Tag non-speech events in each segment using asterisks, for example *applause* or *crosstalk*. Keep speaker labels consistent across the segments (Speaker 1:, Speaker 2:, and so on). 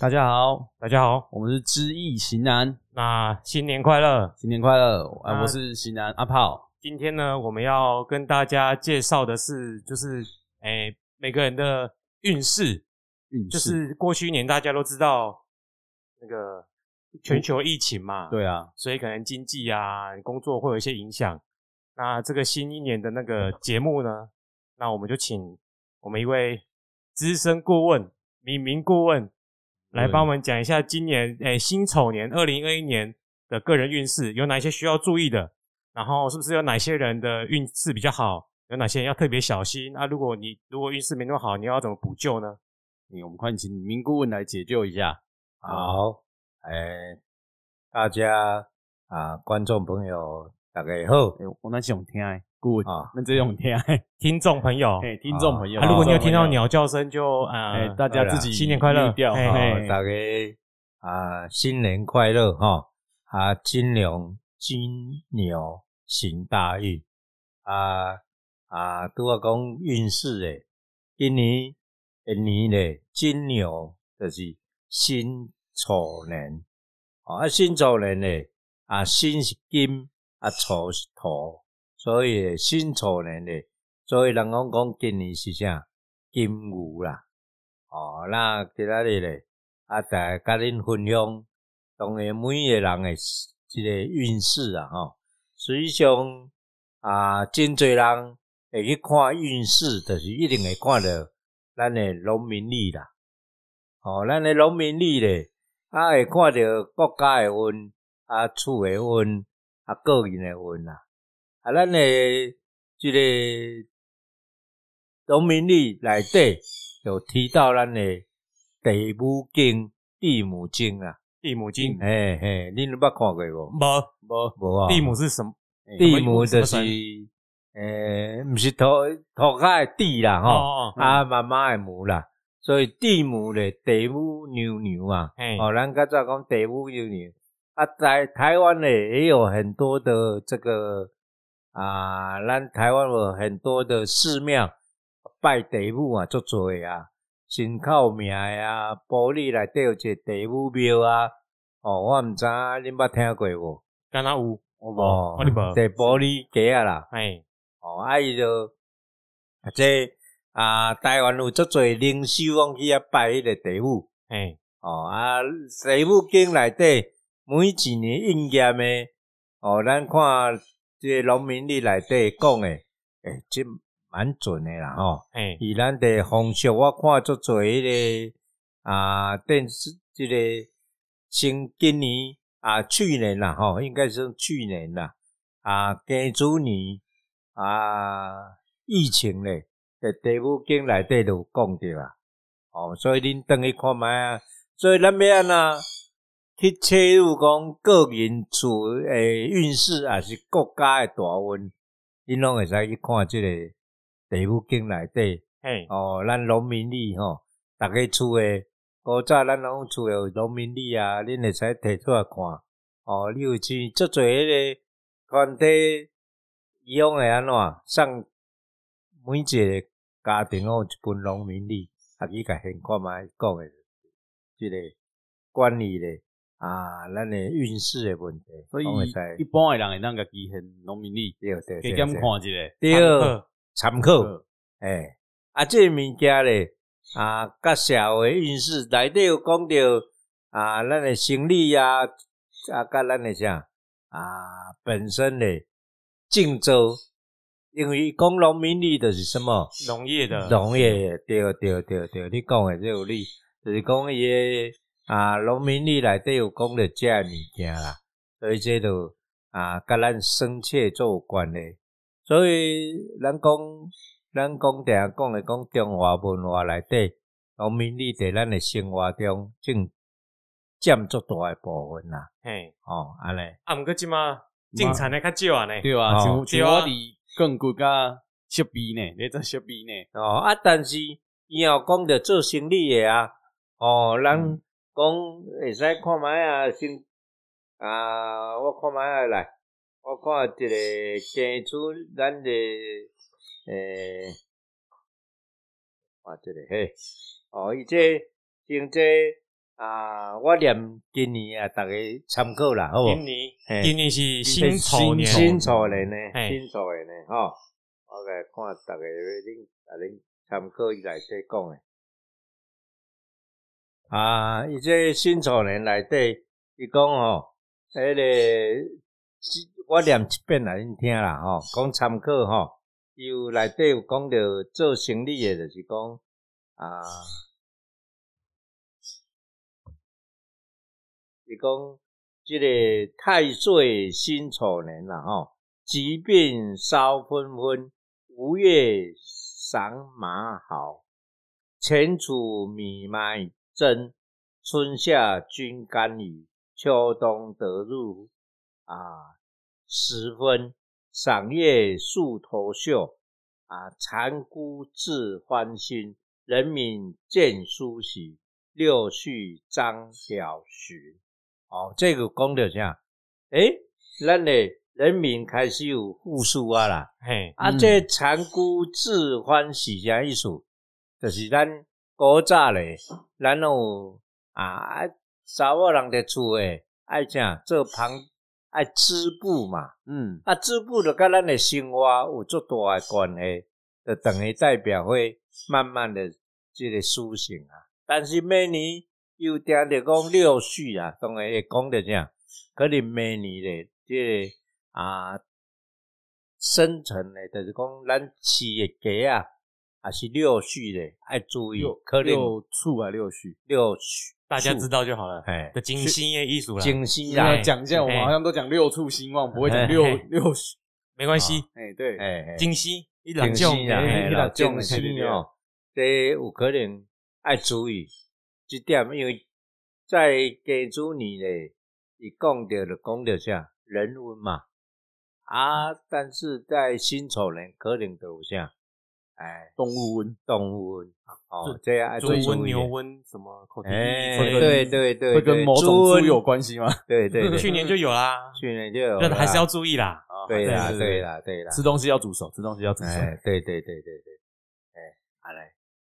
Speaker 1: 大家好，
Speaker 2: 大家好，
Speaker 1: 我们是知易行难，
Speaker 2: 那新年快乐！
Speaker 1: 新年快乐！哎、
Speaker 2: 啊
Speaker 1: 我是行难阿炮，
Speaker 2: 今天呢，我们要跟大家介绍的是，就是诶、每个人的运势，
Speaker 1: 运
Speaker 2: 就
Speaker 1: 势
Speaker 2: 是过去一年大家都知道那个全球疫情嘛，，
Speaker 1: 对啊，
Speaker 2: 所以可能经济啊、工作会有一些影响。那这个新一年的那个节目呢，那我们就请我们一位资深顾问、敏明顾问来帮我们讲一下今年诶辛丑年二零二一年的个人运势有哪些需要注意的，然后是不是有哪些人的运势比较好，有哪些人要特别小心？那、如果你如果运势没那么好，你要怎么补救呢？
Speaker 1: 你我们快请民顾问来解救一下。哎
Speaker 3: 好，诶、大家啊，观众朋友，大家好
Speaker 1: 哎、我那是用听的顾问，
Speaker 3: 啊，
Speaker 1: 那这用
Speaker 2: *laughs*
Speaker 1: 听的，
Speaker 2: 听众朋友，
Speaker 1: 哎、听众朋友，
Speaker 2: 啊，如果你有听到
Speaker 1: 听众朋友，
Speaker 2: 鸟叫声就，啊，
Speaker 1: 哎、大家自己
Speaker 2: 新年快乐
Speaker 1: 滤掉
Speaker 2: 嘿
Speaker 1: 好
Speaker 2: 嘿
Speaker 3: 哦大家啊，新年快乐哈！啊，金龙金牛行大运啊啊，都要讲运势诶，一年一年咧，金牛就是辛丑年哦，啊，辛丑年咧啊，辛是金啊，丑是土，所以辛丑年咧，所以人讲讲今年是啥金牛啦哦，那今仔日咧。啊，逐个甲恁分享，当然每一个人诶一个运势啊，吼。实际上啊，真侪人会去看运势，就是一定会看到咱诶农民历啦。吼、咱诶农民历咧，啊会看到国家诶运，啊厝诶运，啊个人诶运啦。啊，咱诶即个农民历内底有提到咱诶地母经、地母经啊。
Speaker 2: 蒂姆金，
Speaker 3: 嘿嘿，恁有捌看过无？
Speaker 2: 无
Speaker 1: 无
Speaker 3: 无啊。
Speaker 2: 蒂姆是什么？
Speaker 3: 地母就是
Speaker 2: 什么神
Speaker 3: 诶，毋、是土土骹诶地啦
Speaker 2: 哦
Speaker 3: 吼，
Speaker 2: 哦，哦
Speaker 3: 啊妈妈诶母啦，所以地母咧，地母牛牛啊，
Speaker 2: 嘿，
Speaker 3: 哦，咱较早讲地母牛牛，啊在台湾呢也有很多的这个啊，咱台湾有很多的寺庙拜地母啊，足多的啊，真靠名的啊，玻璃内底有一个地母庙啊，哦，我毋知影恁捌听过无？
Speaker 2: 干那乌，
Speaker 1: 我无，
Speaker 3: 哦
Speaker 2: 我哩无，
Speaker 3: 地玻璃街啊啦。
Speaker 2: 哎，
Speaker 3: 哦，啊伊就啊这啊台湾有足侪灵修往去遐拜迄个地母，
Speaker 2: 哎，
Speaker 3: 哦啊地母经内底每一年应验诶，哦咱看即个农民历内底讲诶，诶即蛮准诶啦吼、
Speaker 2: 哎，
Speaker 3: 以咱的风俗，我看足侪迄个啊，电视即、个新今年啊，去年啦吼，应该是去年啦啊，庚子年啊，疫情咧，在地母经内底都有讲着啊，哦，所以恁等去看卖啊，所以咱要安那去切入讲个人厝诶运势，还是国家诶大运，恁拢会使去看即、个。地母经内底
Speaker 2: 嘿，
Speaker 3: 哦，咱农民历吼，逐个厝诶，古早咱拢厝诶有农民历啊，恁会使摕出来看。哦，你有时足侪迄个团体，伊往会安怎送每一个家庭哦一本农民历，啊，去甲现看卖讲诶，即个管理咧啊，咱诶运势诶问题，
Speaker 1: 所以
Speaker 3: 拢会
Speaker 1: 一
Speaker 3: 使
Speaker 1: 般的人会当家己很农民力，
Speaker 3: 对对
Speaker 1: 给
Speaker 3: 对
Speaker 1: 减看
Speaker 3: 对
Speaker 1: 一下。
Speaker 3: 对，参考。
Speaker 1: 呃
Speaker 3: 诶、啊，这个物件咧，啊，甲社会运势内底有讲到啊，咱诶生理啊，啊，甲咱诶啥啊，本身咧，郑州，因为讲农民力就是什么
Speaker 2: 农业的，
Speaker 3: 农业，对对对对，你讲诶这有理，就是讲伊诶啊，农民力内底有讲到遮诶物件啦，所以这就啊，甲咱生切做有关诶。所以咱讲，咱讲定讲诶，讲中华文化内底，农民力伫咱诶生活中正占足大诶部分啦。
Speaker 2: 嘿，
Speaker 3: 哦，安尼，
Speaker 2: 啊，毋过即马进产的较少啊呢，
Speaker 1: 对啊，
Speaker 3: 哦
Speaker 1: 像
Speaker 2: 对
Speaker 1: 像
Speaker 2: 啊
Speaker 1: 我伫更骨甲设备呢，你做设备呢，
Speaker 3: 哦啊，但是伊也有讲着做生理诶啊，哦，
Speaker 2: 嗯
Speaker 3: 咱讲会使看卖啊，先啊，我看卖啊来，我看一个庚子咱诶诶，看一个嘿，哦，伊这经济啊，我念今年啊，大家参考啦，好
Speaker 2: 今
Speaker 3: 无？
Speaker 2: 年
Speaker 3: 哦嘿
Speaker 2: 今年是辛丑年，
Speaker 3: 辛丑年呢，
Speaker 2: 嘿
Speaker 3: 辛丑年呢，吼，我来看大家恁啊恁参考伊内底讲诶。啊，伊这辛丑年内底，伊讲吼，迄个即我念一遍来恁听啦，吼，讲参考吼，伊有内底有讲着做生理诶，就是讲啊，伊讲。即个太岁辛丑年啦吼，疾病烧昏昏，无月赏马好，前楚米麦蒸，春夏均甘雨，秋冬得入啊十分，赏月树头秀啊，蚕姑自欢心，人民见书喜，六序张晓寻。哦，这个讲着啥？诶，咱诶人民开始有富庶啊啦。
Speaker 2: 嘿，
Speaker 3: 啊，
Speaker 1: 嗯
Speaker 3: 这残姑自欢是啥意思？就是咱古早咧，咱有啊，查某人伫厝诶，爱啥做旁爱织布嘛。
Speaker 1: 嗯，
Speaker 3: 啊，织布就甲咱诶生活有足大诶关系，就等于代表会慢慢的即个苏醒啊。但是每年又听着讲六序啊，当然会讲着啥，可能每年咧即、个啊生成咧，就是讲咱饲诶鸡啊，也是六序咧爱注意
Speaker 1: 六，
Speaker 3: 可能
Speaker 1: 六畜啊六序，
Speaker 3: 六序，
Speaker 2: 大家知道就好了。
Speaker 3: 哎，
Speaker 2: 的金星的艺术啦，
Speaker 3: 精啊细
Speaker 1: 你
Speaker 3: 啦，
Speaker 2: 哎
Speaker 1: 要讲一下，我们好像都讲六畜兴旺，不会讲六
Speaker 2: 嘿嘿
Speaker 1: 六序。
Speaker 2: 没关系，
Speaker 1: 哎，对，
Speaker 3: 哎，嘿
Speaker 2: 金星一两
Speaker 3: 精
Speaker 2: 种，
Speaker 3: 神啊，
Speaker 2: 哎一
Speaker 3: 嘿啦
Speaker 2: 两种
Speaker 3: 精
Speaker 2: 的，
Speaker 3: 神哦，这有可能爱注意这点，因为在家主年咧，伊讲着就讲着啥人文嘛，啊，但是在辛丑年可能就有啥，哎，
Speaker 1: 动物温
Speaker 3: 动物文哦，这样爱
Speaker 2: 猪
Speaker 3: 注意
Speaker 2: 瘟、牛，瘟什么口蹄
Speaker 3: 哎，
Speaker 2: 疫，
Speaker 1: 会
Speaker 2: 会
Speaker 1: 跟
Speaker 3: 对对对，
Speaker 1: 会跟
Speaker 3: 对
Speaker 1: 某种猪，有
Speaker 3: 瘟
Speaker 1: 关系吗？
Speaker 3: 对对对，
Speaker 2: 去年就有啦，
Speaker 3: 去年就有
Speaker 2: 那
Speaker 3: 了
Speaker 2: 还是要
Speaker 3: 啦
Speaker 2: 注意啦。
Speaker 3: 对啦
Speaker 1: 啊
Speaker 3: 对，啦对
Speaker 2: 哎
Speaker 3: 啦，
Speaker 1: 吃东西要煮熟，吃东西要煮熟。
Speaker 3: 哎，对对对对对，哎，安尼，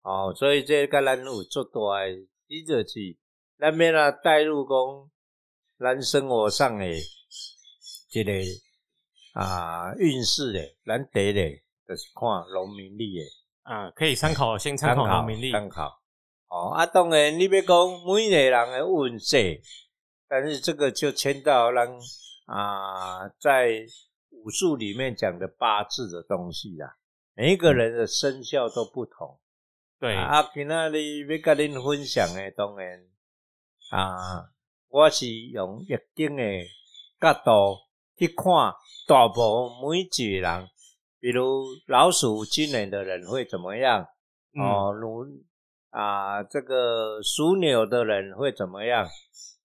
Speaker 3: 哦，所以这甲咱有足大诶，伊就是咱免啊带入讲咱生活上诶一个啊运势诶，咱第一个就是看农民历诶，
Speaker 2: 啊，可以参考，先参考农民历。
Speaker 3: 参考。哦，啊，当然你要讲每个人诶运势，但是这个就牵到咱啊在武术里面讲的八字的东西啦。每一个人的生肖都不同，
Speaker 2: 对，
Speaker 3: 啊，啊今仔日要甲恁分享的，当然啊，我是用易经的角度去看大部分每一个人，比如老鼠今年的人会怎么样？
Speaker 2: 嗯，
Speaker 3: 哦，如啊，这个属牛的人会怎么样？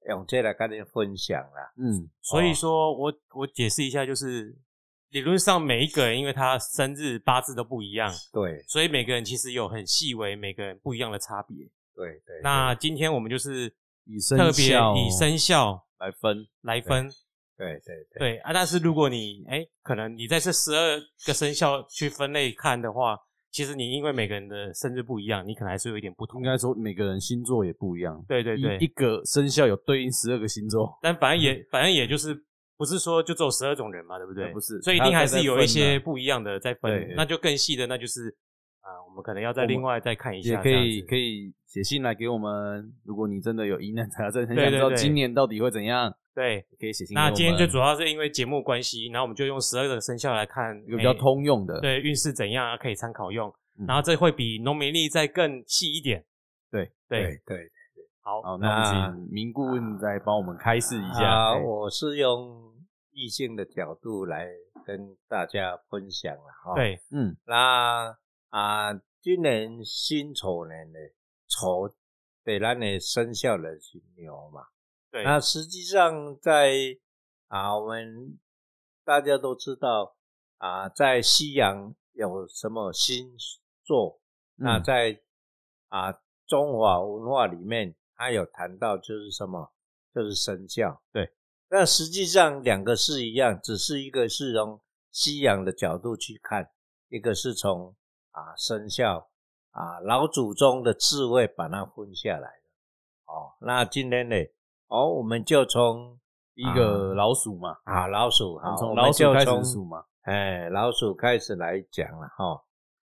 Speaker 3: 用这来跟您分享啦。
Speaker 1: 嗯，
Speaker 2: 所
Speaker 3: 哦
Speaker 2: 以说我我解释一下，就是理论上每一个人，因为他生日八字都不一样，
Speaker 3: 对
Speaker 2: 所以每个人其实有很细微每个人不一样的差别。
Speaker 3: 对对，
Speaker 2: 那今天我们就是
Speaker 1: 以生
Speaker 2: 特别
Speaker 1: 肖哦
Speaker 2: 以生肖
Speaker 1: 来分，
Speaker 2: 来分，
Speaker 3: 对对对，
Speaker 2: 对啊。但是如果你哎，可能你在这十二个生肖去分类看的话，其实你因为每个人的生日不一样，你可能还是有一点不同
Speaker 1: 应。该说每个人星座也不一样。
Speaker 2: 对对对
Speaker 1: 一一，个生肖有对应十二个星座。
Speaker 2: 但反正也反正也就是不是说就只有十二种人嘛，对不对？
Speaker 1: 嗯呃不是
Speaker 2: 所以一
Speaker 1: 还
Speaker 2: 定
Speaker 1: 要
Speaker 2: 还
Speaker 1: 再
Speaker 2: 是有一些
Speaker 1: 分啊
Speaker 2: 不一样的在
Speaker 1: 对
Speaker 2: 分
Speaker 1: 对，
Speaker 2: 那就更细的那就是啊、我们可能要再
Speaker 1: 我们
Speaker 2: 另外再看一
Speaker 1: 也
Speaker 2: 下
Speaker 1: 可
Speaker 2: 这样子，
Speaker 1: 以可以写信来给我们，如果你真的有疑难杂症，很
Speaker 2: 对
Speaker 1: 想
Speaker 2: 对
Speaker 1: 知道
Speaker 2: 对
Speaker 1: 今年到底会怎样，
Speaker 2: 对。
Speaker 1: 可以写信给我
Speaker 2: 那
Speaker 1: 们。
Speaker 2: 今天就主要是因为节目关系，然后我们就用十二个生肖来看
Speaker 1: 一个比较
Speaker 2: 哎
Speaker 1: 通用的，
Speaker 2: 对运势怎样啊，可以参考用。
Speaker 1: 嗯
Speaker 2: 然后这会比农民历再更细一点。
Speaker 1: 对
Speaker 2: 对，
Speaker 3: 对对。
Speaker 2: 好，
Speaker 1: 好，那我们请明顾问再帮我们开示一
Speaker 3: 啊，
Speaker 1: 下。哎
Speaker 3: 我是用异性的角度来跟大家分享了哈。，
Speaker 2: 对，
Speaker 1: 嗯，
Speaker 3: 那啊，今年辛丑年呢，丑对咱的生肖人是牛嘛。
Speaker 2: 对
Speaker 3: 那实际上在啊，我们大家都知道啊，在西洋有什么星座？那
Speaker 1: 嗯
Speaker 3: 在啊中华文化里面，它有谈到就是什么，就是生肖。
Speaker 1: 对，
Speaker 3: 那实际上两个是一样，只是一个是从西洋的角度去看，一个是从啊生肖啊老祖宗的智慧把它分下来的。哦，那今天呢，哦，我们就从
Speaker 1: 一个老鼠嘛，
Speaker 3: 啊老鼠，好，
Speaker 1: 从
Speaker 3: 我
Speaker 1: 老
Speaker 3: 们
Speaker 1: 鼠
Speaker 3: 就
Speaker 1: 开
Speaker 3: 从
Speaker 1: 始数嘛，
Speaker 3: 哎老鼠开始来讲了哈、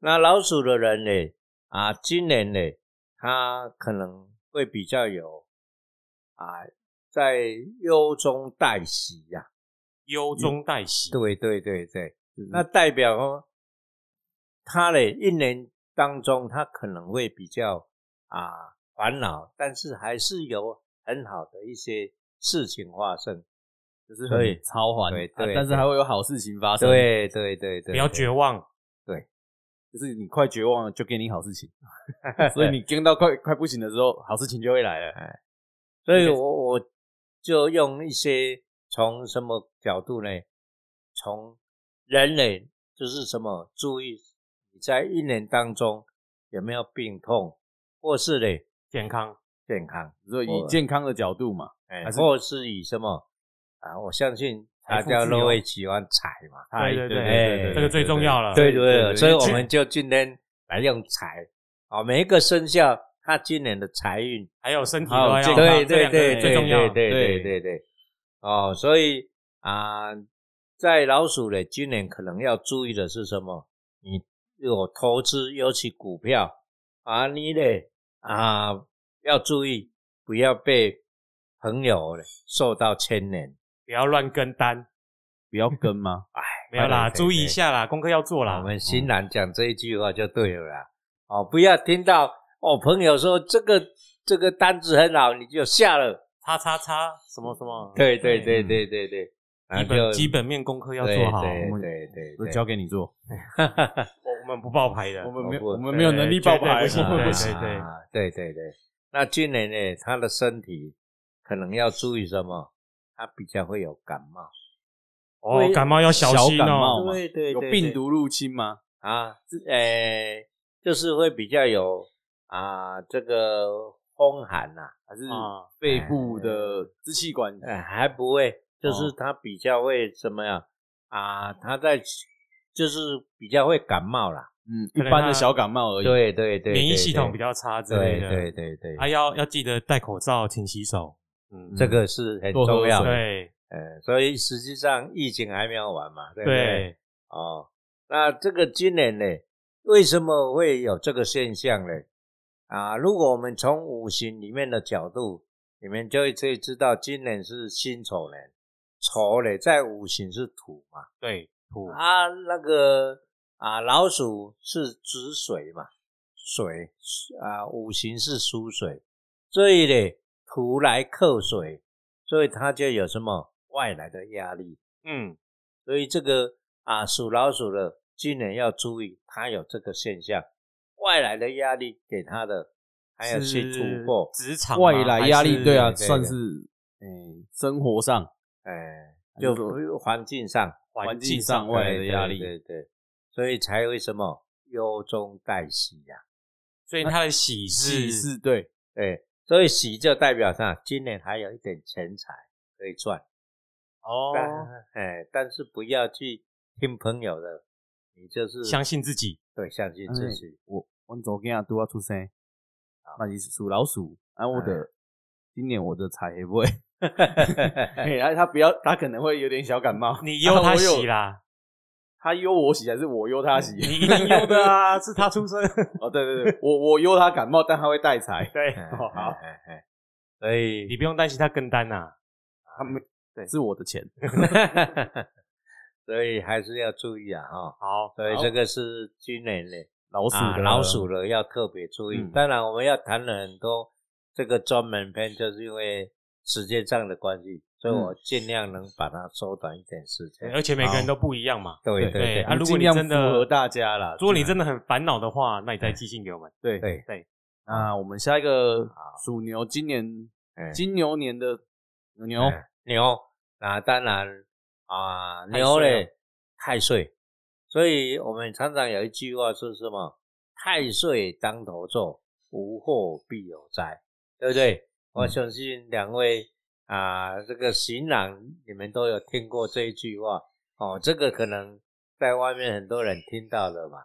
Speaker 3: 那老鼠的人呢，啊，今年呢，他可能会比较有啊，在忧中带喜呀、
Speaker 2: 忧中带喜，
Speaker 3: 对对对对，那代表哦，他嘞一年当中，他可能会比较啊烦恼，但是还是有很好的一些事情发生。
Speaker 1: 就是
Speaker 3: 所以
Speaker 1: 很超环，
Speaker 3: 对
Speaker 1: 啊
Speaker 3: 对
Speaker 1: 但是
Speaker 3: 对
Speaker 1: 还会有好事情发生，，
Speaker 3: 对对对对，
Speaker 2: 不要绝望。
Speaker 1: 就是你快绝望了，就给你好事 *laughs* 情，所以你跟到快快不行的时候，好事情就会来了，
Speaker 3: 所以我我就用一些从什么角度呢？从人类就是什么注意你在一年当中有没有病痛，或是呢
Speaker 2: 健康，
Speaker 3: 健康。
Speaker 1: 所以以
Speaker 3: 我
Speaker 1: 健康的角度嘛，
Speaker 3: 哎
Speaker 1: 还，是
Speaker 3: 或是以什么啊？我相信大
Speaker 2: 财富
Speaker 3: 家
Speaker 2: 自
Speaker 3: 都
Speaker 2: 由
Speaker 3: 会喜欢财嘛，
Speaker 2: 对对
Speaker 1: 哎
Speaker 2: 对
Speaker 3: 对
Speaker 2: 这个最重要了
Speaker 3: 对对对，所以我
Speaker 1: 去
Speaker 3: 们就今天来用财啊，每一个生肖他今年的财运，
Speaker 2: 还有身体都
Speaker 1: 还有
Speaker 2: 要
Speaker 1: 健
Speaker 2: 好，
Speaker 1: 康这
Speaker 3: 对
Speaker 1: 两
Speaker 2: 这
Speaker 3: 对
Speaker 2: 两个
Speaker 3: 对
Speaker 2: 人
Speaker 3: 对
Speaker 2: 最重要
Speaker 3: 对。对对
Speaker 1: 对
Speaker 3: 对对，哦，所以啊，在老鼠呢，今年可能要注意的是什么？你有投资，尤其股票啊，你呢啊要注意，不要被朋友呢受到牵连。
Speaker 2: 不要乱跟单，
Speaker 1: 不要跟 *laughs* 吗？
Speaker 2: 没有啦，
Speaker 3: 对对对
Speaker 2: 注意一下啦，功课要做
Speaker 3: 我
Speaker 2: 啦。嗯
Speaker 3: 们新郎讲这一句话就对了啦。哦，不要听到哦，朋友说这个这个单子很好，你就下了。
Speaker 2: 叉叉叉什么什么，
Speaker 3: 对对对对对对，然
Speaker 2: 嗯基
Speaker 3: 后啊就
Speaker 2: 本基本面功课要
Speaker 3: 对
Speaker 2: 做好。
Speaker 3: 对
Speaker 1: 我们
Speaker 3: 对对
Speaker 1: 我
Speaker 3: 对， *laughs*
Speaker 1: 交给你做，
Speaker 2: 我我们不爆牌的
Speaker 1: 我，们没有
Speaker 3: 我
Speaker 1: 我
Speaker 3: 不
Speaker 1: 们没有能力
Speaker 2: 对
Speaker 1: 爆
Speaker 2: *laughs* 对
Speaker 1: 牌，
Speaker 2: 不行
Speaker 1: 我们
Speaker 2: 对
Speaker 1: 不
Speaker 2: 对
Speaker 1: 行
Speaker 2: 对
Speaker 3: 啊 *laughs* 对对对。那今年呢，他的身体可能要注意什么？他比较会有感冒，
Speaker 2: 哦，感冒要小心
Speaker 1: 小感冒
Speaker 2: 哦。
Speaker 1: 嘛
Speaker 3: 对对
Speaker 1: 有
Speaker 3: 对
Speaker 1: 病
Speaker 3: 对
Speaker 1: 毒入侵吗？
Speaker 3: 啊，诶、就是会比较有啊，这个风寒呐、
Speaker 1: 还是
Speaker 2: 啊，
Speaker 1: 肺部的支气管
Speaker 2: 哎
Speaker 3: 呃，还不会，就是
Speaker 1: 哦
Speaker 3: 他比较会怎么样啊？他在就是比较会感冒啦。
Speaker 1: 嗯，
Speaker 2: 可
Speaker 1: 一
Speaker 2: 能
Speaker 1: 般
Speaker 2: 他
Speaker 1: 的小感冒而已。
Speaker 3: 对对对，
Speaker 2: 免疫系统比
Speaker 3: 较
Speaker 2: 较差之类
Speaker 3: 对
Speaker 2: 的。
Speaker 3: 对对对，
Speaker 2: 啊，要要记得戴口罩，勤洗手。嗯，
Speaker 3: 这个是很
Speaker 1: 多喝
Speaker 3: 重要的。
Speaker 2: 对
Speaker 3: 呃，所以实际上疫情还没有完嘛，对不对？
Speaker 2: 对，
Speaker 3: 哦，那这个今年呢，为什么会有这个现象呢？啊，如果我们从五行里面的角度，你们就会可以知道，今年是辛丑年，丑呢在五行是土嘛。
Speaker 2: 对土
Speaker 3: 啊，那个啊，老鼠是止水嘛，水啊，五行是属水，所以呢，土来克水，所以它就有什么外来的压力，
Speaker 2: 嗯，
Speaker 3: 所以这个啊，属老鼠的今年要注意，它有这个现象，外来的压力给它的，还有去突
Speaker 2: 嗯是
Speaker 3: 破，
Speaker 2: 职场吗
Speaker 1: 外来压
Speaker 2: 还
Speaker 1: 力，
Speaker 2: 是
Speaker 1: 对啊，
Speaker 3: 对对
Speaker 1: 算是嗯，生活上、
Speaker 3: 哎、
Speaker 1: 还
Speaker 3: 就是
Speaker 1: 说
Speaker 3: 环境上
Speaker 1: 环
Speaker 2: 环
Speaker 1: 境
Speaker 2: 境
Speaker 1: 上
Speaker 2: 上
Speaker 1: 外来的
Speaker 3: 对
Speaker 1: 压
Speaker 3: 对
Speaker 1: 力，
Speaker 3: 哎对对，所以才会什么忧中带喜呀、
Speaker 2: 所以他的喜
Speaker 1: 喜
Speaker 2: 是
Speaker 1: 是对，
Speaker 3: 对，哎所以喜就代表上今年还有一点钱财可以赚，
Speaker 2: 哦，
Speaker 3: 但哎，但是不要去听朋友的，你就是
Speaker 2: 相信嗯自己。
Speaker 3: 对相信自己，哎
Speaker 1: 我我昨天啊都要出生，那你是属老鼠，啊，我的今年我的财也不会， *laughs* 嘿然后他不要，他可能会有点小感冒，
Speaker 2: 你忧他喜
Speaker 1: 啦，
Speaker 2: 啦，
Speaker 1: 他忧我喜还是我忧 *laughs* 他喜？
Speaker 2: 你一定忧的 *laughs* 啊，是他出生。
Speaker 1: *laughs* 哦，对对对，我我忧他感冒，但他会带 *laughs* 财，
Speaker 2: 对，
Speaker 3: 哎
Speaker 2: 哦好，，
Speaker 3: 哎哎哎所以
Speaker 2: 你不用担心他跟单啊呐。
Speaker 1: 他没是我的钱，
Speaker 3: 所以还是要注意啊哈、
Speaker 2: 好，
Speaker 3: 所以
Speaker 1: 好
Speaker 3: 这个是今年的
Speaker 1: *laughs* 老鼠
Speaker 3: 啊
Speaker 1: 的
Speaker 3: 老鼠了要特别注意。
Speaker 1: 嗯
Speaker 3: 当然我们要谈了很多这个专门篇，就是因为时间上的关系，所以我尽量能把它缩短一点时间。
Speaker 2: 嗯而且每个人都不一样嘛。
Speaker 3: 对对
Speaker 1: 对
Speaker 3: 对
Speaker 2: 啊，如果
Speaker 1: 尽
Speaker 2: 你
Speaker 1: 量
Speaker 2: 真
Speaker 1: 符
Speaker 2: 的
Speaker 1: 合大家啦，
Speaker 2: 如果你真的很烦恼的话，那你再寄信给我们。
Speaker 1: 对
Speaker 3: 对，
Speaker 1: 那我们下一个
Speaker 3: 好
Speaker 1: 属牛，今年
Speaker 3: 嗯
Speaker 1: 金牛年的牛牛
Speaker 3: 嗯牛，那当然啊，
Speaker 2: 太岁
Speaker 3: 牛
Speaker 2: 了
Speaker 3: 嘞太岁，所以我们常常有一句话是什么？太岁当头坐，无祸必有灾，对不对？我
Speaker 1: 嗯
Speaker 3: 相信两位啊，这个行郎你们都有听过这一句话哦，这个可能在外面很多人听到了嘛。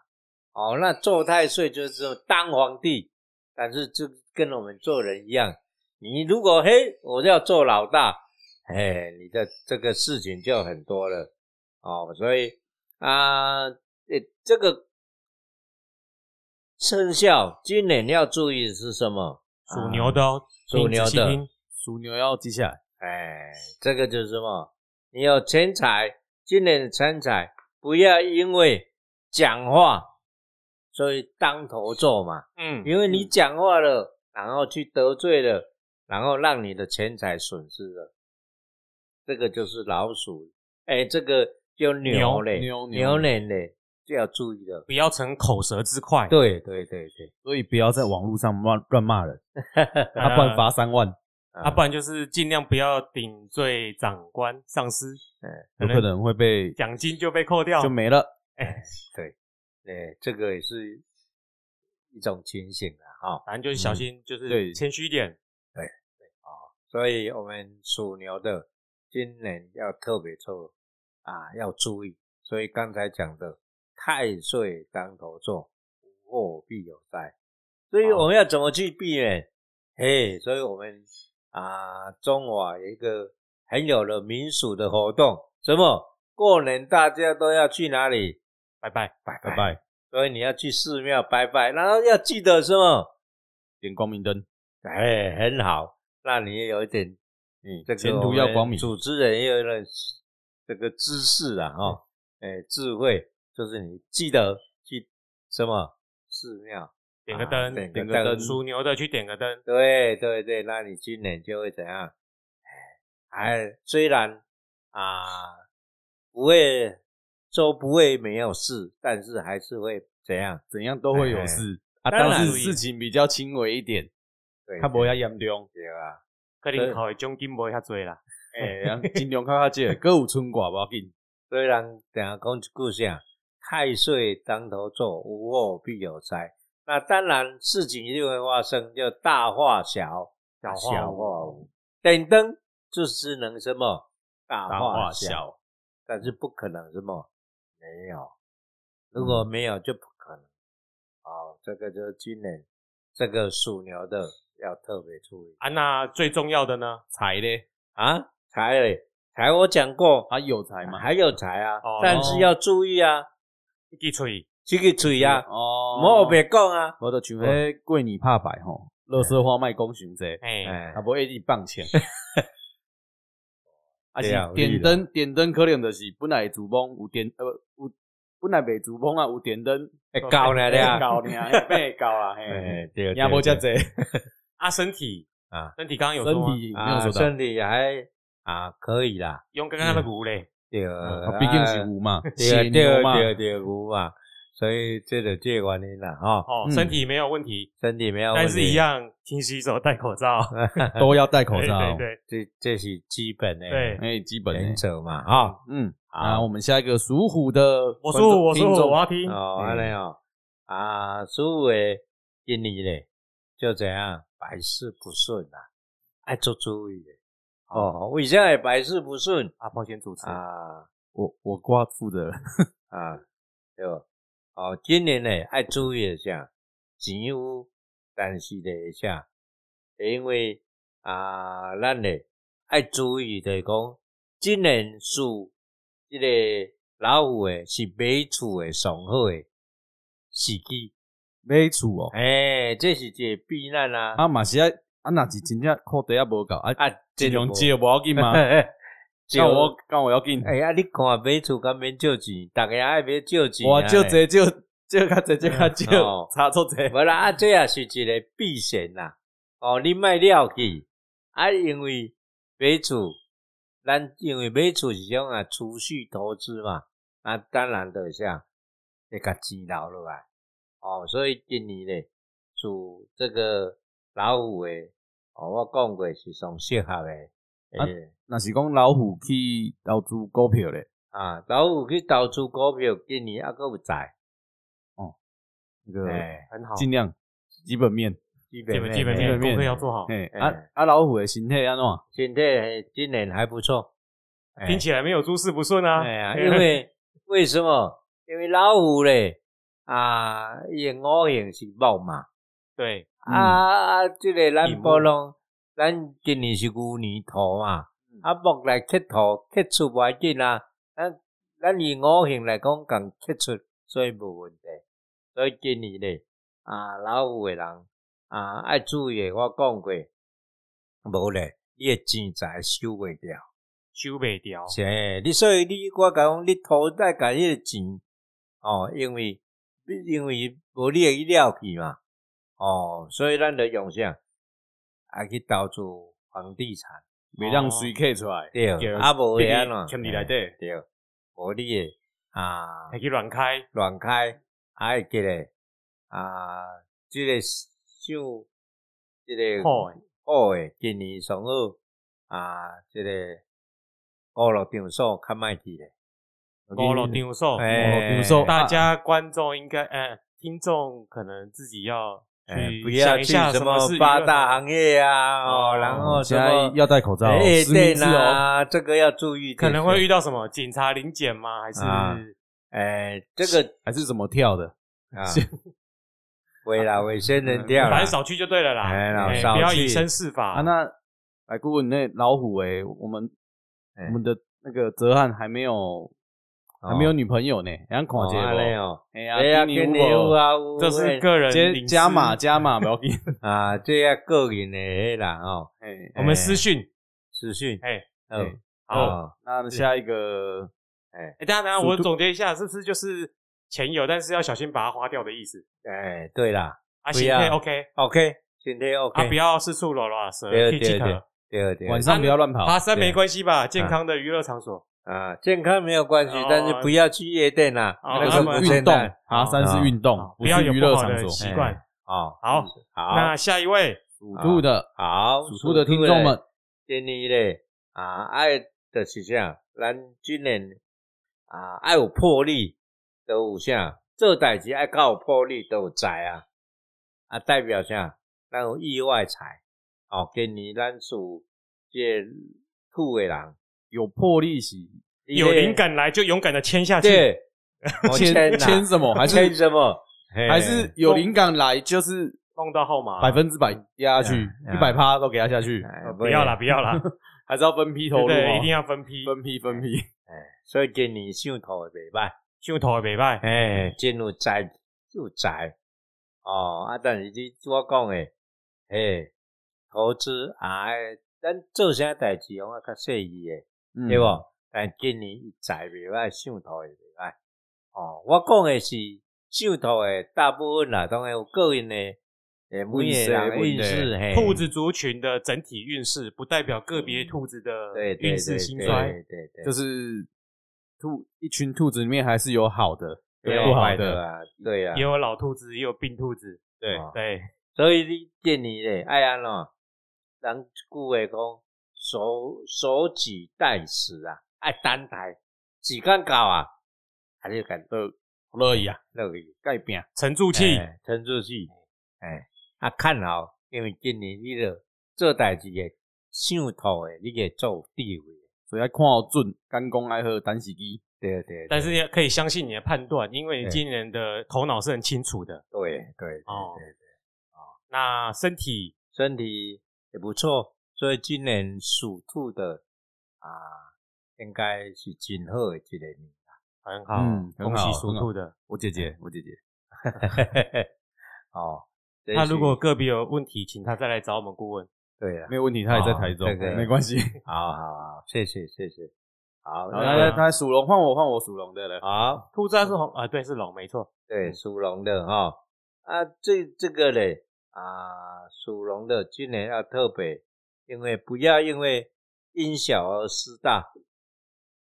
Speaker 3: 哦，那做太岁就是当皇帝，但是这跟我们做人一样，你如果嘿，我要做老大，哎，你的这个事情就很多了哦。所以啊，呃，这个生肖今年要注意的是什么？
Speaker 1: 啊
Speaker 3: 啊
Speaker 2: 属牛的哦，
Speaker 3: 属牛的
Speaker 2: 你仔细听
Speaker 1: 属牛要记下来，
Speaker 3: 哎，这个就是什么？你有钱财，今年的钱财不要因为讲话，所以当头做嘛。
Speaker 2: 嗯，
Speaker 3: 因为你讲话了，然后去得罪了，然后让你的钱财损失了，这个就是老鼠。哎，这个就牛嘞，
Speaker 1: 牛牛
Speaker 3: 牛年嘞就要注意了。
Speaker 2: 不要逞口舌之快。
Speaker 3: 对对对对，
Speaker 1: 所以不要在网络上骂乱骂人，他不然罚三万，
Speaker 2: 啊，不然就是尽量不要顶罪长官、上司，
Speaker 1: 哎有可能会被
Speaker 2: 奖金就被扣掉。
Speaker 1: 就没了。
Speaker 3: 哎，这个也是一种情形啊，哈、
Speaker 2: 反正就是小心，就
Speaker 1: 嗯对
Speaker 2: 是谦虚一点。
Speaker 3: 所以我们属牛的今年要特别做啊，要注意。所以刚才讲的太岁当头坐，无祸必有灾。所以
Speaker 1: 哦
Speaker 3: 我们要怎么去避免？嘿，所以我们啊，中华有一个很有的民俗的活动，什么过年大家都要去哪里
Speaker 2: 拜拜，
Speaker 3: 拜
Speaker 1: 拜拜，
Speaker 3: 所以你要去寺庙拜拜，然后要记得什么？
Speaker 1: 点光明灯，
Speaker 3: 哎，很好，那你也有一点
Speaker 1: 嗯
Speaker 3: 这，个
Speaker 1: 前途要光明。
Speaker 3: 主持人也有点这个知识啊，哈，哎，智慧就是你记得去什么寺庙
Speaker 2: 点个
Speaker 3: 啊
Speaker 2: 灯，
Speaker 3: 点
Speaker 1: 点
Speaker 3: 个
Speaker 1: 个
Speaker 3: 灯
Speaker 1: 灯，
Speaker 2: 属牛的去点个灯。
Speaker 3: 对对对，那你今年就会怎样？哎，还虽然啊不会说不会没有事，但是还是会怎样？
Speaker 1: 怎样都会有事啊，
Speaker 3: 当然
Speaker 1: 但是事情比较轻微一点，哎
Speaker 3: 对，。
Speaker 1: 他不会要严重
Speaker 3: 对啊，
Speaker 2: 可能考的奖金不会遐多啦。
Speaker 1: 哎，啊尽量较较少，歌有春寡无要紧。
Speaker 3: 虽然等下讲一句啥，太岁当头坐，无祸必有灾。那当然，事情一定会发生，就大化小，
Speaker 2: 小化无
Speaker 3: 小化
Speaker 1: 哦
Speaker 3: 无。点灯就是能什么大
Speaker 1: 大
Speaker 3: 化
Speaker 1: 化
Speaker 3: 小，
Speaker 1: 小，嗯
Speaker 3: 但是不可能什么没有。如果没有，就不可能。哦，这个就是今年这个属牛的要特别注意
Speaker 2: 啊，那最重要的呢？
Speaker 1: 财嘞，
Speaker 3: 啊。财嘞，财我讲过，
Speaker 1: 他有啊财吗？
Speaker 3: 还有财啊，
Speaker 2: 哦
Speaker 3: 但是要注意啊，
Speaker 2: 一滴水，
Speaker 3: 这个嘴啊。
Speaker 1: 哦，
Speaker 3: 莫别讲啊，
Speaker 1: 我的群诶，过年拍牌吼，乐色话卖公熊者，
Speaker 2: 哎，
Speaker 3: 哎
Speaker 1: 啊，，不会一直放钱。啊是
Speaker 3: 对啊有
Speaker 1: 点
Speaker 3: 理
Speaker 1: 灯，点灯可能就是本来主崩有点呃有本来袂主崩啊，有点灯
Speaker 3: 会高了
Speaker 1: 被
Speaker 3: 俩，
Speaker 1: 高尔，被高啊，嘿，
Speaker 3: 哎，对，
Speaker 1: 也无遮济，
Speaker 2: 啊，身体
Speaker 3: 啊，
Speaker 2: 身体刚刚有
Speaker 1: 身
Speaker 2: 说吗？
Speaker 1: 体没有
Speaker 3: 啊，
Speaker 1: 说到，
Speaker 3: 身体还啊可以啦，
Speaker 2: 用刚
Speaker 1: 嗯
Speaker 2: 刚那个鼓嘞，
Speaker 3: 对，
Speaker 1: 啊毕竟是
Speaker 3: 啊
Speaker 1: 牛嘛，
Speaker 3: 对
Speaker 1: 血牛
Speaker 3: 对啊
Speaker 1: 嘛，
Speaker 3: 对对牛嘛，所以这个这个原因啦，哈，
Speaker 2: 哦，
Speaker 1: 嗯
Speaker 2: 身体没有问题，
Speaker 3: 身体没有问
Speaker 2: 但
Speaker 3: 题，
Speaker 2: 是一，样勤洗手、戴口罩，
Speaker 3: *laughs*
Speaker 1: 都要戴口
Speaker 2: 对
Speaker 1: 罩
Speaker 2: 对，对，
Speaker 3: 这这是基本的
Speaker 2: 对
Speaker 1: 哎，基本
Speaker 3: 原
Speaker 1: 的，
Speaker 3: 则嘛，哦哈，
Speaker 1: 嗯，啊，
Speaker 3: 好
Speaker 1: 我，们下一个属虎的
Speaker 2: 我
Speaker 1: 观
Speaker 2: 说
Speaker 1: 众，
Speaker 2: 我说
Speaker 1: 听众
Speaker 2: 我要听，
Speaker 3: 哦，
Speaker 1: 嗯
Speaker 3: 安尼哦，啊，所谓今年咧，就怎样百事不顺啦，爱做注意的，哦，为啥会百事不顺
Speaker 2: 阿炮先主持，
Speaker 3: 啊？
Speaker 1: 我我挂负责人，
Speaker 3: 啊，对吧？哦，今年呢爱注意一下，钱有，但是呢一下，因为啊，咱呢爱注意就是讲，今年属这个老虎的是买厝的上好的时机，
Speaker 1: 买厝哦，
Speaker 3: 哎、这是一个避难啊，
Speaker 1: 啊嘛是啊，啊若是真正靠底啊无够，啊
Speaker 3: 啊，
Speaker 1: 尽量
Speaker 3: 个
Speaker 1: 借无要紧嘛， *laughs*
Speaker 3: 借
Speaker 1: 干我干我要紧，
Speaker 3: 哎呀，啊你看买厝敢免借钱，大家爱免借钱、啊，
Speaker 1: 我借这借借较济借较
Speaker 3: 哦
Speaker 1: 少，差错济，
Speaker 3: 无啦，啊，这也是一个避险啦。哦，你卖了去，啊，因为买厝，咱因为买厝是种啊储蓄投资嘛，啊，当然就是啊，会甲钱留落来。哦，所以今年咧，属这个老虎诶，哦，我讲过是上适合诶。
Speaker 1: 啊
Speaker 3: 诶
Speaker 1: 若是讲老虎去投资股票咧，
Speaker 3: 啊，老虎去投资股票，今年还佫有债，
Speaker 1: 那个
Speaker 3: 诶，
Speaker 2: 很好，
Speaker 1: 尽量基本面，
Speaker 3: 哦基
Speaker 2: 基本基本
Speaker 1: 基
Speaker 2: 面
Speaker 1: 本面
Speaker 2: 功课要做好，
Speaker 1: 嘿，
Speaker 3: 哎
Speaker 1: 啊啊老虎的身体安怎？
Speaker 3: 身体诶今年还不错。诶
Speaker 2: 听起来没有诸事不顺啊，
Speaker 3: 哎
Speaker 2: *laughs*
Speaker 3: 呀，因为为什么？因为老虎嘞啊，伊诶五行是木嘛，
Speaker 2: 对，
Speaker 1: 嗯
Speaker 3: 啊啊，即个咱
Speaker 2: 乙木
Speaker 3: 波浪咱今年是牛年土嘛，
Speaker 2: 嗯
Speaker 3: 啊木来克土，克出无要紧啊。咱咱以五行来讲，共克出，所以无问题。所以今年咧，啊老有诶人啊爱注意的，我讲过，无咧，你诶钱财收袂掉。
Speaker 2: 收袂掉，
Speaker 3: 是，你所以你我讲，你土再甲迄个钱，哦，因为因为无你会去了去嘛，哦，所以咱着用啥，啊去投资房地产，
Speaker 1: 袂
Speaker 3: 哦
Speaker 1: 当水客出来，
Speaker 3: 对，
Speaker 1: 叫
Speaker 3: 啊无会安
Speaker 1: 钱伫内
Speaker 3: 怎，
Speaker 1: 底，
Speaker 3: 对，无你会啊
Speaker 2: 还去乱开，
Speaker 3: 乱开，啊会记咧，啊，即个像即个
Speaker 2: 好诶，
Speaker 3: 好诶，今年上好啊，即个五六场所较卖去咧。
Speaker 2: 五六场所，
Speaker 3: 哎
Speaker 1: 比如说
Speaker 2: 大家观众应该，呃，听众可能自己要
Speaker 3: 哎
Speaker 2: 去
Speaker 3: 不
Speaker 2: 想
Speaker 3: 要
Speaker 2: 一
Speaker 3: 去
Speaker 2: 下
Speaker 3: 什
Speaker 2: 么是娱乐
Speaker 3: 八大
Speaker 2: 场
Speaker 3: 行业啊，
Speaker 2: 哦
Speaker 3: 哦，然后什
Speaker 1: 现在
Speaker 3: 么
Speaker 1: 要戴口罩，
Speaker 3: 哎
Speaker 1: 实名
Speaker 3: 对
Speaker 1: 制哦，
Speaker 3: 啦，这个要注意，
Speaker 2: 可能会遇到什么警察临检吗？还
Speaker 3: 啊
Speaker 2: 是
Speaker 3: 哎，这个
Speaker 1: 还是怎么跳的？
Speaker 3: 啊，会啦，会
Speaker 2: *laughs*
Speaker 3: 仙人跳
Speaker 2: 反
Speaker 3: 啦
Speaker 2: 正，少去就对了啦，
Speaker 3: 哎啦
Speaker 2: 哎
Speaker 3: 少
Speaker 2: 不要以
Speaker 3: 去
Speaker 2: 身试法
Speaker 1: 啊，那来顾问，那老虎诶、我们、
Speaker 3: 哎
Speaker 1: 我们的那个泽汉还没有、还没有女朋友呢，咱看
Speaker 3: 哦
Speaker 1: 一下
Speaker 3: 安尼
Speaker 1: 无？
Speaker 3: 哦，
Speaker 1: 哎
Speaker 3: 哎呀，
Speaker 1: 呀，
Speaker 3: 跟
Speaker 1: 今
Speaker 3: 你
Speaker 1: 年有
Speaker 3: 有
Speaker 1: 无，
Speaker 3: 啊有，
Speaker 2: 这是
Speaker 3: 哎
Speaker 2: 个人
Speaker 1: 这
Speaker 2: 隐私
Speaker 1: 加码加码不要紧。
Speaker 3: 啊，这要个人的那啦哦，
Speaker 1: *laughs* 哎，
Speaker 2: 我们私讯，
Speaker 3: 资讯，
Speaker 2: 哎，
Speaker 1: 哎
Speaker 3: 嗯，
Speaker 2: 好，
Speaker 3: 哦，
Speaker 1: 那下一个
Speaker 2: 哎，等一下等一下，
Speaker 1: 速
Speaker 2: 我
Speaker 1: 度
Speaker 2: 总结一下，是不是就是钱有，但是要小心把它花掉的意思？
Speaker 3: 哎，对啦
Speaker 2: 啊，
Speaker 3: 不
Speaker 2: 行
Speaker 3: 要
Speaker 2: 可以，OK，
Speaker 3: ，OK，今天
Speaker 2: 啊，
Speaker 3: OK，
Speaker 2: 不要四处罗拉蛇，
Speaker 3: 对啊
Speaker 2: 可以
Speaker 3: 对
Speaker 2: 即可。
Speaker 3: 对啊对，
Speaker 1: 晚上不要乱跑，
Speaker 2: 爬山
Speaker 3: 对
Speaker 2: 没关系吧？健康的娱乐场所，
Speaker 3: 啊，健康没有关系
Speaker 2: 哦，
Speaker 3: 但是不要去夜店啦，
Speaker 2: 哦
Speaker 3: 那
Speaker 1: 那
Speaker 3: 个
Speaker 1: 是
Speaker 3: 是
Speaker 2: 他们
Speaker 3: 不
Speaker 1: 运
Speaker 3: 健
Speaker 1: 动
Speaker 3: 康，
Speaker 1: 爬山是运动
Speaker 2: 好，不
Speaker 1: 啊不哎
Speaker 2: 要
Speaker 1: 是
Speaker 2: 有
Speaker 1: 娱
Speaker 2: 不
Speaker 1: 乐
Speaker 2: 好
Speaker 1: 场
Speaker 2: 的
Speaker 1: 所。
Speaker 2: 习惯。
Speaker 3: 哦。
Speaker 2: 好，
Speaker 3: 好，
Speaker 2: 那下一位，
Speaker 1: 属兔的
Speaker 3: 好，
Speaker 1: 属兔的听众们，
Speaker 3: 建议咧啊，爱就是啥，咱今年啊爱有魄力，都有啥做代志爱较有魄力，都有才啊，啊代表啥，咱有意外财哦。今年咱属这个兔的人，
Speaker 1: 有魄力型，
Speaker 3: 你
Speaker 2: 有
Speaker 3: 咧
Speaker 2: 灵感来就勇敢的签下去。
Speaker 3: 对，
Speaker 1: *laughs*
Speaker 3: 哦
Speaker 1: 签
Speaker 3: 签啦
Speaker 1: 签什么？还
Speaker 3: 签
Speaker 1: 是
Speaker 3: 什么？嘿
Speaker 1: 还是有灵感来就是
Speaker 2: 弄到号码
Speaker 1: 百分之百压下去，
Speaker 3: 啊
Speaker 1: 一百趴都给压下去，
Speaker 3: 哎
Speaker 2: 不要啦，不要
Speaker 3: *laughs*
Speaker 2: 啦，
Speaker 1: 还是要分批投入
Speaker 2: 对，
Speaker 1: 哦，
Speaker 2: 一定要分批，
Speaker 1: 分批分批。
Speaker 3: 哎所以今年上头袂歹，
Speaker 2: 上头的袂歹，
Speaker 3: 哎，真有才，有才。哦，啊，但是你我讲诶，嘿，投资啊，咱做啥代志，我较细意诶，
Speaker 1: 嗯
Speaker 3: 对无？但今年伊财袂歹，上头诶袂歹。哦，我讲诶是上头诶，大部分啦，当然有个人诶，诶，每
Speaker 1: 运势
Speaker 3: 个人的运
Speaker 1: 问
Speaker 3: 势嘿，
Speaker 2: 兔子族群的整体运势不代表个别兔子的
Speaker 3: 对对
Speaker 2: 运势
Speaker 3: 对
Speaker 2: 兴
Speaker 3: 对
Speaker 2: 衰。
Speaker 3: 对对对，
Speaker 1: 就是兔一群兔子里面还是有好的，
Speaker 3: 对
Speaker 1: 有
Speaker 3: 啊
Speaker 1: 不好
Speaker 3: 坏
Speaker 1: 的，
Speaker 3: 啊，对啊
Speaker 2: 也，有老兔子，也有病兔子，
Speaker 1: 对
Speaker 3: 哦
Speaker 2: 对，
Speaker 3: 所以你建议咧，爱安怎？人一句话讲，守守己待时啊，爱等待，时间到啊，啊你就甲落
Speaker 1: 乐意啊，
Speaker 3: 落去，
Speaker 1: 盖饼
Speaker 2: 沉住气，
Speaker 3: 哎沉住气，哎，啊看好，因为今年你着做代志诶，想透诶，你会做有地位的，
Speaker 1: 所以要看好准，干公爱喝单喜鸡，
Speaker 3: 对对
Speaker 2: 但是也可以相信你的判断，因为你
Speaker 3: 对
Speaker 2: 今年的头脑是很清楚的。
Speaker 3: 对对
Speaker 2: 哦
Speaker 3: 哦，对对
Speaker 2: 那身体
Speaker 3: 身体也不错，所以今年属兔的啊，应该是真好诶一个年。
Speaker 2: 很好，
Speaker 1: 嗯很
Speaker 2: 恭喜
Speaker 1: 好
Speaker 2: 属
Speaker 1: 很好
Speaker 2: 兔的。
Speaker 1: 我姐
Speaker 2: 嗯
Speaker 1: 姐，我
Speaker 2: *laughs*
Speaker 1: 姐姐，
Speaker 3: 哦，这
Speaker 2: 他
Speaker 3: 是
Speaker 2: 如果个别有问题，请他再来找我们顾问。
Speaker 3: 对了
Speaker 1: 没，有问题，她也在台中
Speaker 3: 哦这，个
Speaker 1: 没关
Speaker 3: *laughs*
Speaker 1: 系。
Speaker 3: 好好好，谢谢谢谢，好，
Speaker 1: 然后
Speaker 3: 那
Speaker 1: 她她属龙，换我换我属龙的了，
Speaker 3: 好，
Speaker 2: 兔子它是红啊，对，是龙，没错。
Speaker 3: 对属龙的哈、啊，这这个嘞啊，属龙的今年要特别，因为不要因为因小而失大，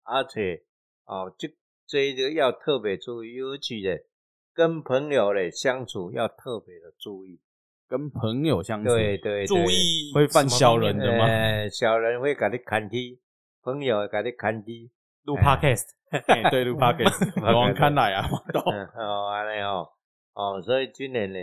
Speaker 3: 而且哦，这这一个要特别注意，尤其嘞跟朋友嘞相处要特别的注意，
Speaker 1: 跟朋友相处，
Speaker 3: 对对，对
Speaker 2: 注意
Speaker 1: 会犯
Speaker 2: 什么
Speaker 1: 小
Speaker 2: 方面
Speaker 1: 人
Speaker 2: 的
Speaker 1: 的吗
Speaker 3: 呃，小人会给你砍低，朋友会给你砍低。
Speaker 2: 录
Speaker 3: 哎
Speaker 2: podcast，
Speaker 1: *laughs* 嘿对路 p a r k
Speaker 3: *laughs*
Speaker 1: e 老王看来啊，我懂
Speaker 3: 嗯，哦，安尼哦，哦，所以今年呢，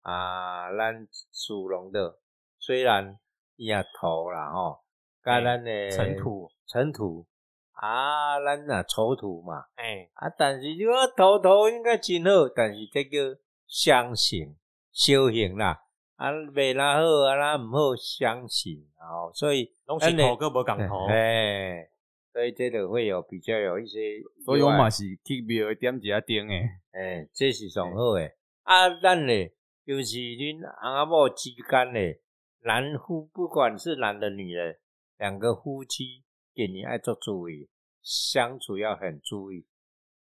Speaker 3: 啊，咱属龙的虽然伊也土啦吼，甲咱的
Speaker 2: 尘土，
Speaker 3: 尘土啊，咱若丑土嘛，
Speaker 2: 哎，
Speaker 3: 啊，但是你讲土土应该真好，但是这叫相形修行啦，啊，袂哪好啊，哪毋好相信哦，所以
Speaker 2: 拢是
Speaker 3: 咱的
Speaker 2: 头个无港头，
Speaker 3: 哎，所以这个会有比较有一啊些，
Speaker 1: 所以我嘛是去庙点一下灯诶，
Speaker 3: 哎，这是上好诶。啊，咱咧，就是恁翁阿某之间咧，男夫不管是男的女的，两个夫妻给你爱做注意，相处要很注意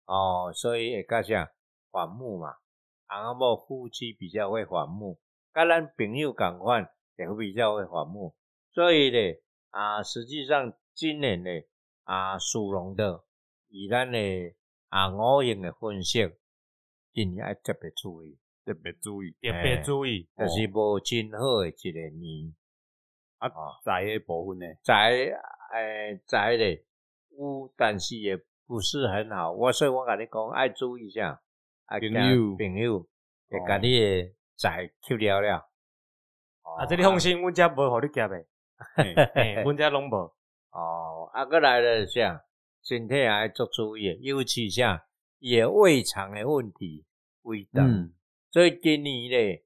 Speaker 3: 哦。所以会较啥反目嘛，翁阿某夫妻比较会反目，甲咱朋友共款也会比较会反目。所以咧，啊，实际上今年咧，啊，属龙的，以咱诶啊五行的分析，今年爱特别注意，
Speaker 1: 特别注意。
Speaker 2: 特别注意。
Speaker 3: 哎就是无真好诶一个年。
Speaker 1: 啊
Speaker 3: 哦，
Speaker 1: 在诶部
Speaker 3: *laughs*
Speaker 1: 分诶，
Speaker 3: 宅诶宅咧哎有，但是也不是很好。我所以我甲你讲，爱注意一下，啊，
Speaker 1: 朋
Speaker 3: 惊
Speaker 1: 友
Speaker 3: 朋友会甲你诶宅吸了了。
Speaker 2: 哦啊，这你放心，阮遮无互你夹
Speaker 3: *laughs*
Speaker 2: 诶，
Speaker 1: 嘿
Speaker 2: 嘿阮遮拢无。
Speaker 3: 哦，啊，过来了啥？身体也要做注意，尤其啥也胃肠的问题，胃肠。
Speaker 1: 嗯，
Speaker 3: 所以今年咧，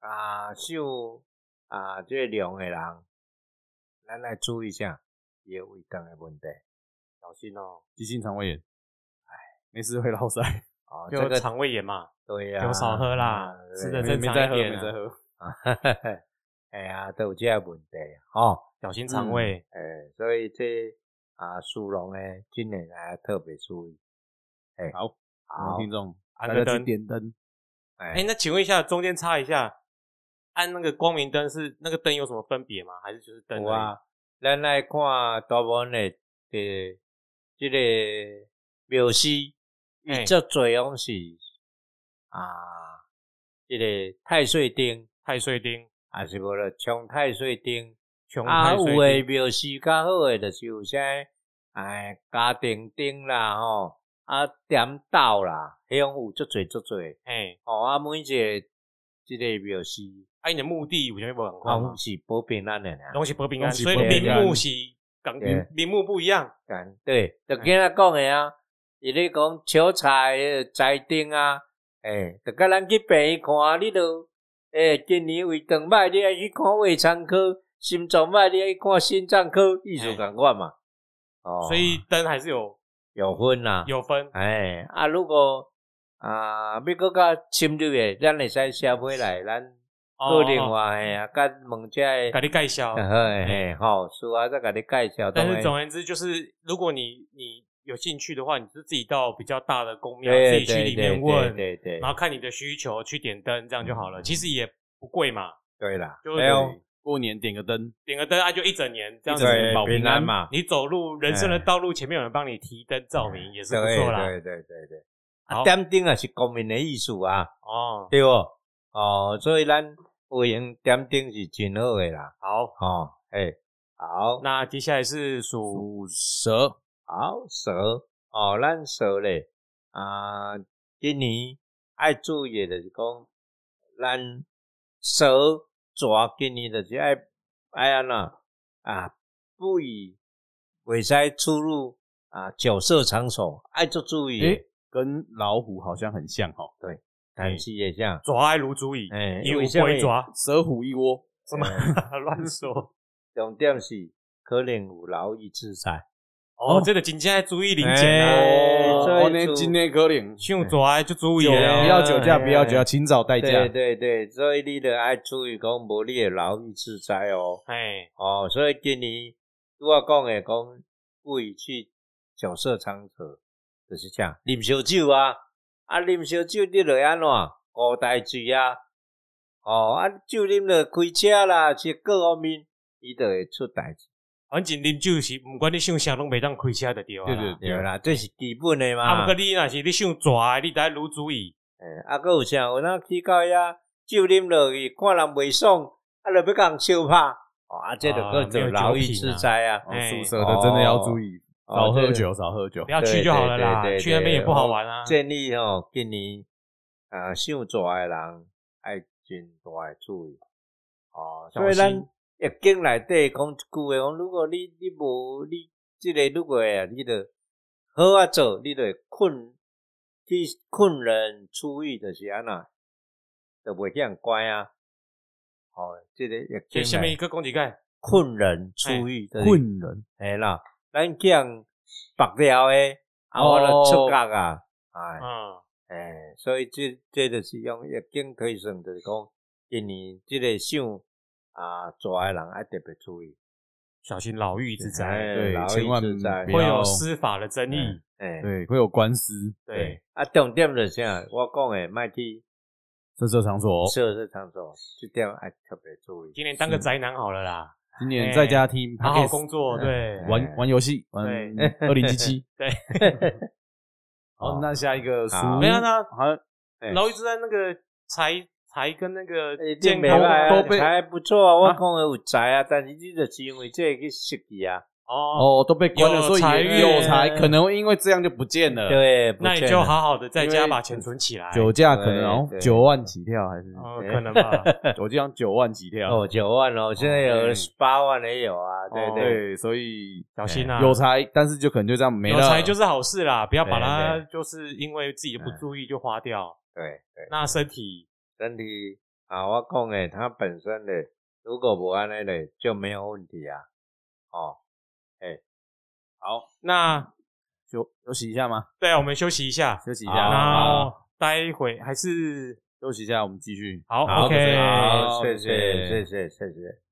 Speaker 3: 啊，受啊这个凉的人，咱来注意一下也胃肠的问题。
Speaker 2: 小心哦，
Speaker 1: 急性肠胃炎，哎，没事会 *laughs* 落腮，
Speaker 3: 哦，这
Speaker 2: 就
Speaker 3: 个
Speaker 2: 肠胃炎嘛，
Speaker 3: 对啊呀、
Speaker 2: 就少喝啦，
Speaker 3: 嗯
Speaker 2: 吃
Speaker 3: 对
Speaker 2: 的
Speaker 1: 没
Speaker 2: 正
Speaker 1: 没
Speaker 2: 常
Speaker 1: 在
Speaker 2: 一
Speaker 1: 喝，
Speaker 2: 点
Speaker 1: 没在
Speaker 2: 啊，
Speaker 1: 喝。
Speaker 3: 哎呀，都有这个问题哦。
Speaker 2: 小心肠胃。
Speaker 3: 诶、所以这啊，属龙诶，今年啊特别注意。诶、
Speaker 1: 好，我
Speaker 3: 好
Speaker 1: 们，听众，
Speaker 2: 按
Speaker 1: 大
Speaker 2: 个
Speaker 1: 家去
Speaker 2: 灯
Speaker 1: 点灯，
Speaker 3: 哎、
Speaker 2: 哎，那请问一下，中间插一下，按那个光明灯是那个灯有什么分别吗？还是就是灯而已
Speaker 3: 有啊，咱来看大部分的这这个庙师，
Speaker 2: 哎
Speaker 3: 伊足侪拢是啊，这个太岁灯，
Speaker 2: 太岁钉、
Speaker 3: 也是无了冲太岁灯。
Speaker 2: 穷
Speaker 3: 啊，
Speaker 2: 太
Speaker 3: 有
Speaker 2: 岁
Speaker 3: 诶
Speaker 2: 钉，
Speaker 3: 庙师较好诶，就是有啥哎家庭灯啦吼，啊点斗啦，迄种有足侪足侪。
Speaker 2: 哎，
Speaker 3: 吼、啊每一个即个庙师，
Speaker 2: 啊，你的目的有啥物无同
Speaker 3: 啊，
Speaker 2: 款吗
Speaker 3: 拢？是保平安诶啦。
Speaker 2: 拢是不平安，
Speaker 1: 拢是
Speaker 2: 所以
Speaker 1: 不
Speaker 2: 名
Speaker 3: 平安
Speaker 2: 目是港名
Speaker 3: 对
Speaker 2: 名目不一样。
Speaker 3: 干对，就今仔讲诶啊，伊咧讲求财诶财丁啊，诶、就甲咱去病院看，你都诶、今年胃肠歹，你爱去看胃肠科；心脏歹，你爱去看心脏科，意思共款嘛。哦，
Speaker 2: 所以灯还是有
Speaker 3: 有分啦、
Speaker 2: 有分，
Speaker 3: 哎、啊，如果啊，要搁较深入诶，咱会使写批来，咱
Speaker 2: 哦
Speaker 3: 搁
Speaker 2: ờ,
Speaker 3: 另外诶啊，甲问遮诶，
Speaker 2: 给你介绍。
Speaker 3: 嘿嘿，吼，书啊，再甲你介绍。
Speaker 2: 但
Speaker 3: 当
Speaker 2: 是
Speaker 3: 然
Speaker 2: 总而言之，就是如果你你有兴趣的话，你就自己到比较大的公庙，自
Speaker 3: 对
Speaker 2: 己去
Speaker 3: 对
Speaker 2: 里
Speaker 3: 对
Speaker 2: 面问，
Speaker 3: 对对对
Speaker 2: 然后看你的需求去点灯，这样就好了。
Speaker 3: 嗯
Speaker 2: 其实也不贵嘛，
Speaker 3: 对啦，
Speaker 2: 就
Speaker 3: 哎呦
Speaker 2: 对
Speaker 1: 过年点个灯，
Speaker 2: 点个灯啊，就一整年这样子
Speaker 1: 一。整年
Speaker 3: 对
Speaker 1: 保平安
Speaker 3: 嘛，
Speaker 2: 你走路人生的道路前面有人帮你提灯照明，也是不
Speaker 3: 哎对
Speaker 2: 错啦。
Speaker 3: 对对对对，
Speaker 2: 好
Speaker 3: 啊，点灯也是公民的艺术啊，
Speaker 2: 哦，
Speaker 3: 对不？哦，所以咱有闲点灯是真好的啦，
Speaker 2: 好，
Speaker 3: 哦，哎，好，
Speaker 2: 那接下来是属
Speaker 1: 属蛇，
Speaker 3: 好蛇，哦，咱蛇咧，啊，今年爱注意的就是讲，咱蛇蛇今年就是爱爱安那啊，不以袂使出入啊酒色场所，爱做注意的。
Speaker 1: 诶，跟老虎好像很像哦，
Speaker 3: 但是也像，
Speaker 2: 抓爱如主意，
Speaker 3: 哎
Speaker 2: 有
Speaker 3: 为什么
Speaker 2: 会抓，
Speaker 1: 啊蛇虎一窝，
Speaker 2: 什么 *laughs* 乱说？
Speaker 3: *laughs* 重点是可能有劳逸之灾。
Speaker 2: 哦，这个真正要注意零检
Speaker 3: 哎
Speaker 2: 啊！
Speaker 3: 所以
Speaker 1: 哦，那
Speaker 3: 就
Speaker 1: 今天可能酒
Speaker 2: 像抓就注意
Speaker 1: 不
Speaker 2: 啊，
Speaker 1: 哎要酒驾，不要酒驾，
Speaker 3: 哎
Speaker 1: 请找代
Speaker 3: 对
Speaker 1: 驾。
Speaker 3: 对对，所以你得爱注意讲，无你会劳逸之灾哦。
Speaker 2: 哎，
Speaker 3: 哦，所以今年拄我讲诶，讲故意去酒色场所，就是这样，啉烧酒啊，啊，啉烧酒你著安怎误代志啊？哦，啊，酒啉了开车啦，是各方面，伊著会出代志。
Speaker 2: 反正啉酒是不管你想啥拢袂当开车就对啊。
Speaker 1: 对对
Speaker 3: 对啦，这是基本诶嘛。
Speaker 2: 啊，不过你若是你想抓，你得如主意。
Speaker 3: 诶，啊，搁有啥？有哪去到遐酒啉落去，看人袂爽，啊，就要甲人相拍，哦，啊，这就
Speaker 2: 啊
Speaker 3: 叫做
Speaker 2: 没有酒
Speaker 3: 劳逸
Speaker 2: 品
Speaker 3: 之
Speaker 2: 啊
Speaker 3: 灾啊！
Speaker 1: 哦，
Speaker 2: 哎
Speaker 1: 属蛇的真的要注意，
Speaker 3: 哦
Speaker 1: 少喝，
Speaker 3: 这
Speaker 1: 酒，少喝酒
Speaker 2: 不。要去就好了啦，
Speaker 3: 对对对对
Speaker 2: 去那边也不好玩啊。
Speaker 3: 建议吼，今年啊，想蛇诶人爱真大诶注意。哦，所以
Speaker 2: 小
Speaker 3: 咱
Speaker 2: 心
Speaker 3: 易经内底讲一句话，讲如果你你无你即个如果啊，你着好啊做，你着困去困人出狱，就是安那，就袂去人关啊。哦，即个疫
Speaker 2: 所以下
Speaker 3: 情
Speaker 2: 面
Speaker 3: 诶
Speaker 2: 一个讲一个，
Speaker 3: 困人出狱，就是
Speaker 1: 困人，
Speaker 3: 嘿啦，咱讲白了诶，啊，
Speaker 1: 哦
Speaker 3: 我就出国啊，哎，
Speaker 2: 嗯，
Speaker 3: 诶，所以这这就是用疫情推算，就是讲今年即个想啊，做诶人爱特别注意，
Speaker 2: 小心牢狱之灾，
Speaker 1: 对
Speaker 3: 劳逸
Speaker 1: 千万
Speaker 3: 自在
Speaker 1: 不
Speaker 2: 会
Speaker 1: 要
Speaker 2: 有司法的争议，
Speaker 3: 诶，
Speaker 1: 对，会有官司，
Speaker 2: 对，
Speaker 3: 啊，重点就是啥，我讲诶，卖去
Speaker 1: 色色场所，
Speaker 3: 涉事场所，这点爱特别注意。
Speaker 2: 今年当个宅男好了啦，
Speaker 1: 今年在家听 p
Speaker 2: 哎好
Speaker 1: o
Speaker 2: 好
Speaker 1: d
Speaker 2: 工作，对， *laughs*
Speaker 1: 玩玩游戏，玩哎
Speaker 2: 对
Speaker 1: 二零七七。
Speaker 2: 对，
Speaker 1: 好，哦那下一个书
Speaker 3: 好，
Speaker 2: 哦没有那
Speaker 1: 好像
Speaker 3: 哎
Speaker 2: 牢狱之灾那个财财跟那个
Speaker 3: 一定
Speaker 2: 健
Speaker 3: 没
Speaker 2: 康
Speaker 3: 歹
Speaker 2: 都
Speaker 3: 啊，
Speaker 2: 被
Speaker 3: 还不错啊，我
Speaker 2: 啊
Speaker 3: 讲诶有才啊，但是你就是因为这个去失去啊，
Speaker 2: 哦，
Speaker 1: 哦都被关了，
Speaker 2: 有
Speaker 1: 所以
Speaker 2: 财
Speaker 1: 也有
Speaker 2: 运
Speaker 1: 才可能因为这样就不见了。，
Speaker 3: 对，不
Speaker 2: 那你
Speaker 3: 见
Speaker 2: 就
Speaker 3: 了
Speaker 2: 好好的在
Speaker 1: 因
Speaker 2: 家
Speaker 1: 为
Speaker 2: 把钱存起来，
Speaker 1: 酒驾可能
Speaker 3: 对
Speaker 1: 然后
Speaker 3: 对
Speaker 1: 九万起跳还是
Speaker 2: 哦，可能吧，
Speaker 1: 酒驾九万起跳。
Speaker 3: 哦，九万哦，现在有
Speaker 1: 嗯
Speaker 3: 十八万也有啊，对
Speaker 2: 哦
Speaker 3: 对，
Speaker 1: 对，所以
Speaker 2: 小心啊，
Speaker 1: 有才，但是就可能就这样没
Speaker 2: 有
Speaker 1: 了。
Speaker 2: 财就是好事啦，不要把它
Speaker 3: 对
Speaker 2: 就是因为自己不注意就花掉，
Speaker 3: 对对，
Speaker 2: 那身体
Speaker 3: 身体啊，我讲诶，它本身的如果不安尼的就没有问题啊，哦，
Speaker 2: 那
Speaker 1: 休休息一下吗？
Speaker 2: 对，我们休息一下，
Speaker 1: 休息一
Speaker 3: 好
Speaker 1: 下，
Speaker 2: 然
Speaker 1: 好
Speaker 2: 后待会还是
Speaker 1: 休息一下，我们继续。
Speaker 2: 好
Speaker 3: 好
Speaker 2: OK，
Speaker 3: 好，
Speaker 1: 好
Speaker 3: 谢谢
Speaker 1: 谢谢
Speaker 3: 谢谢谢谢。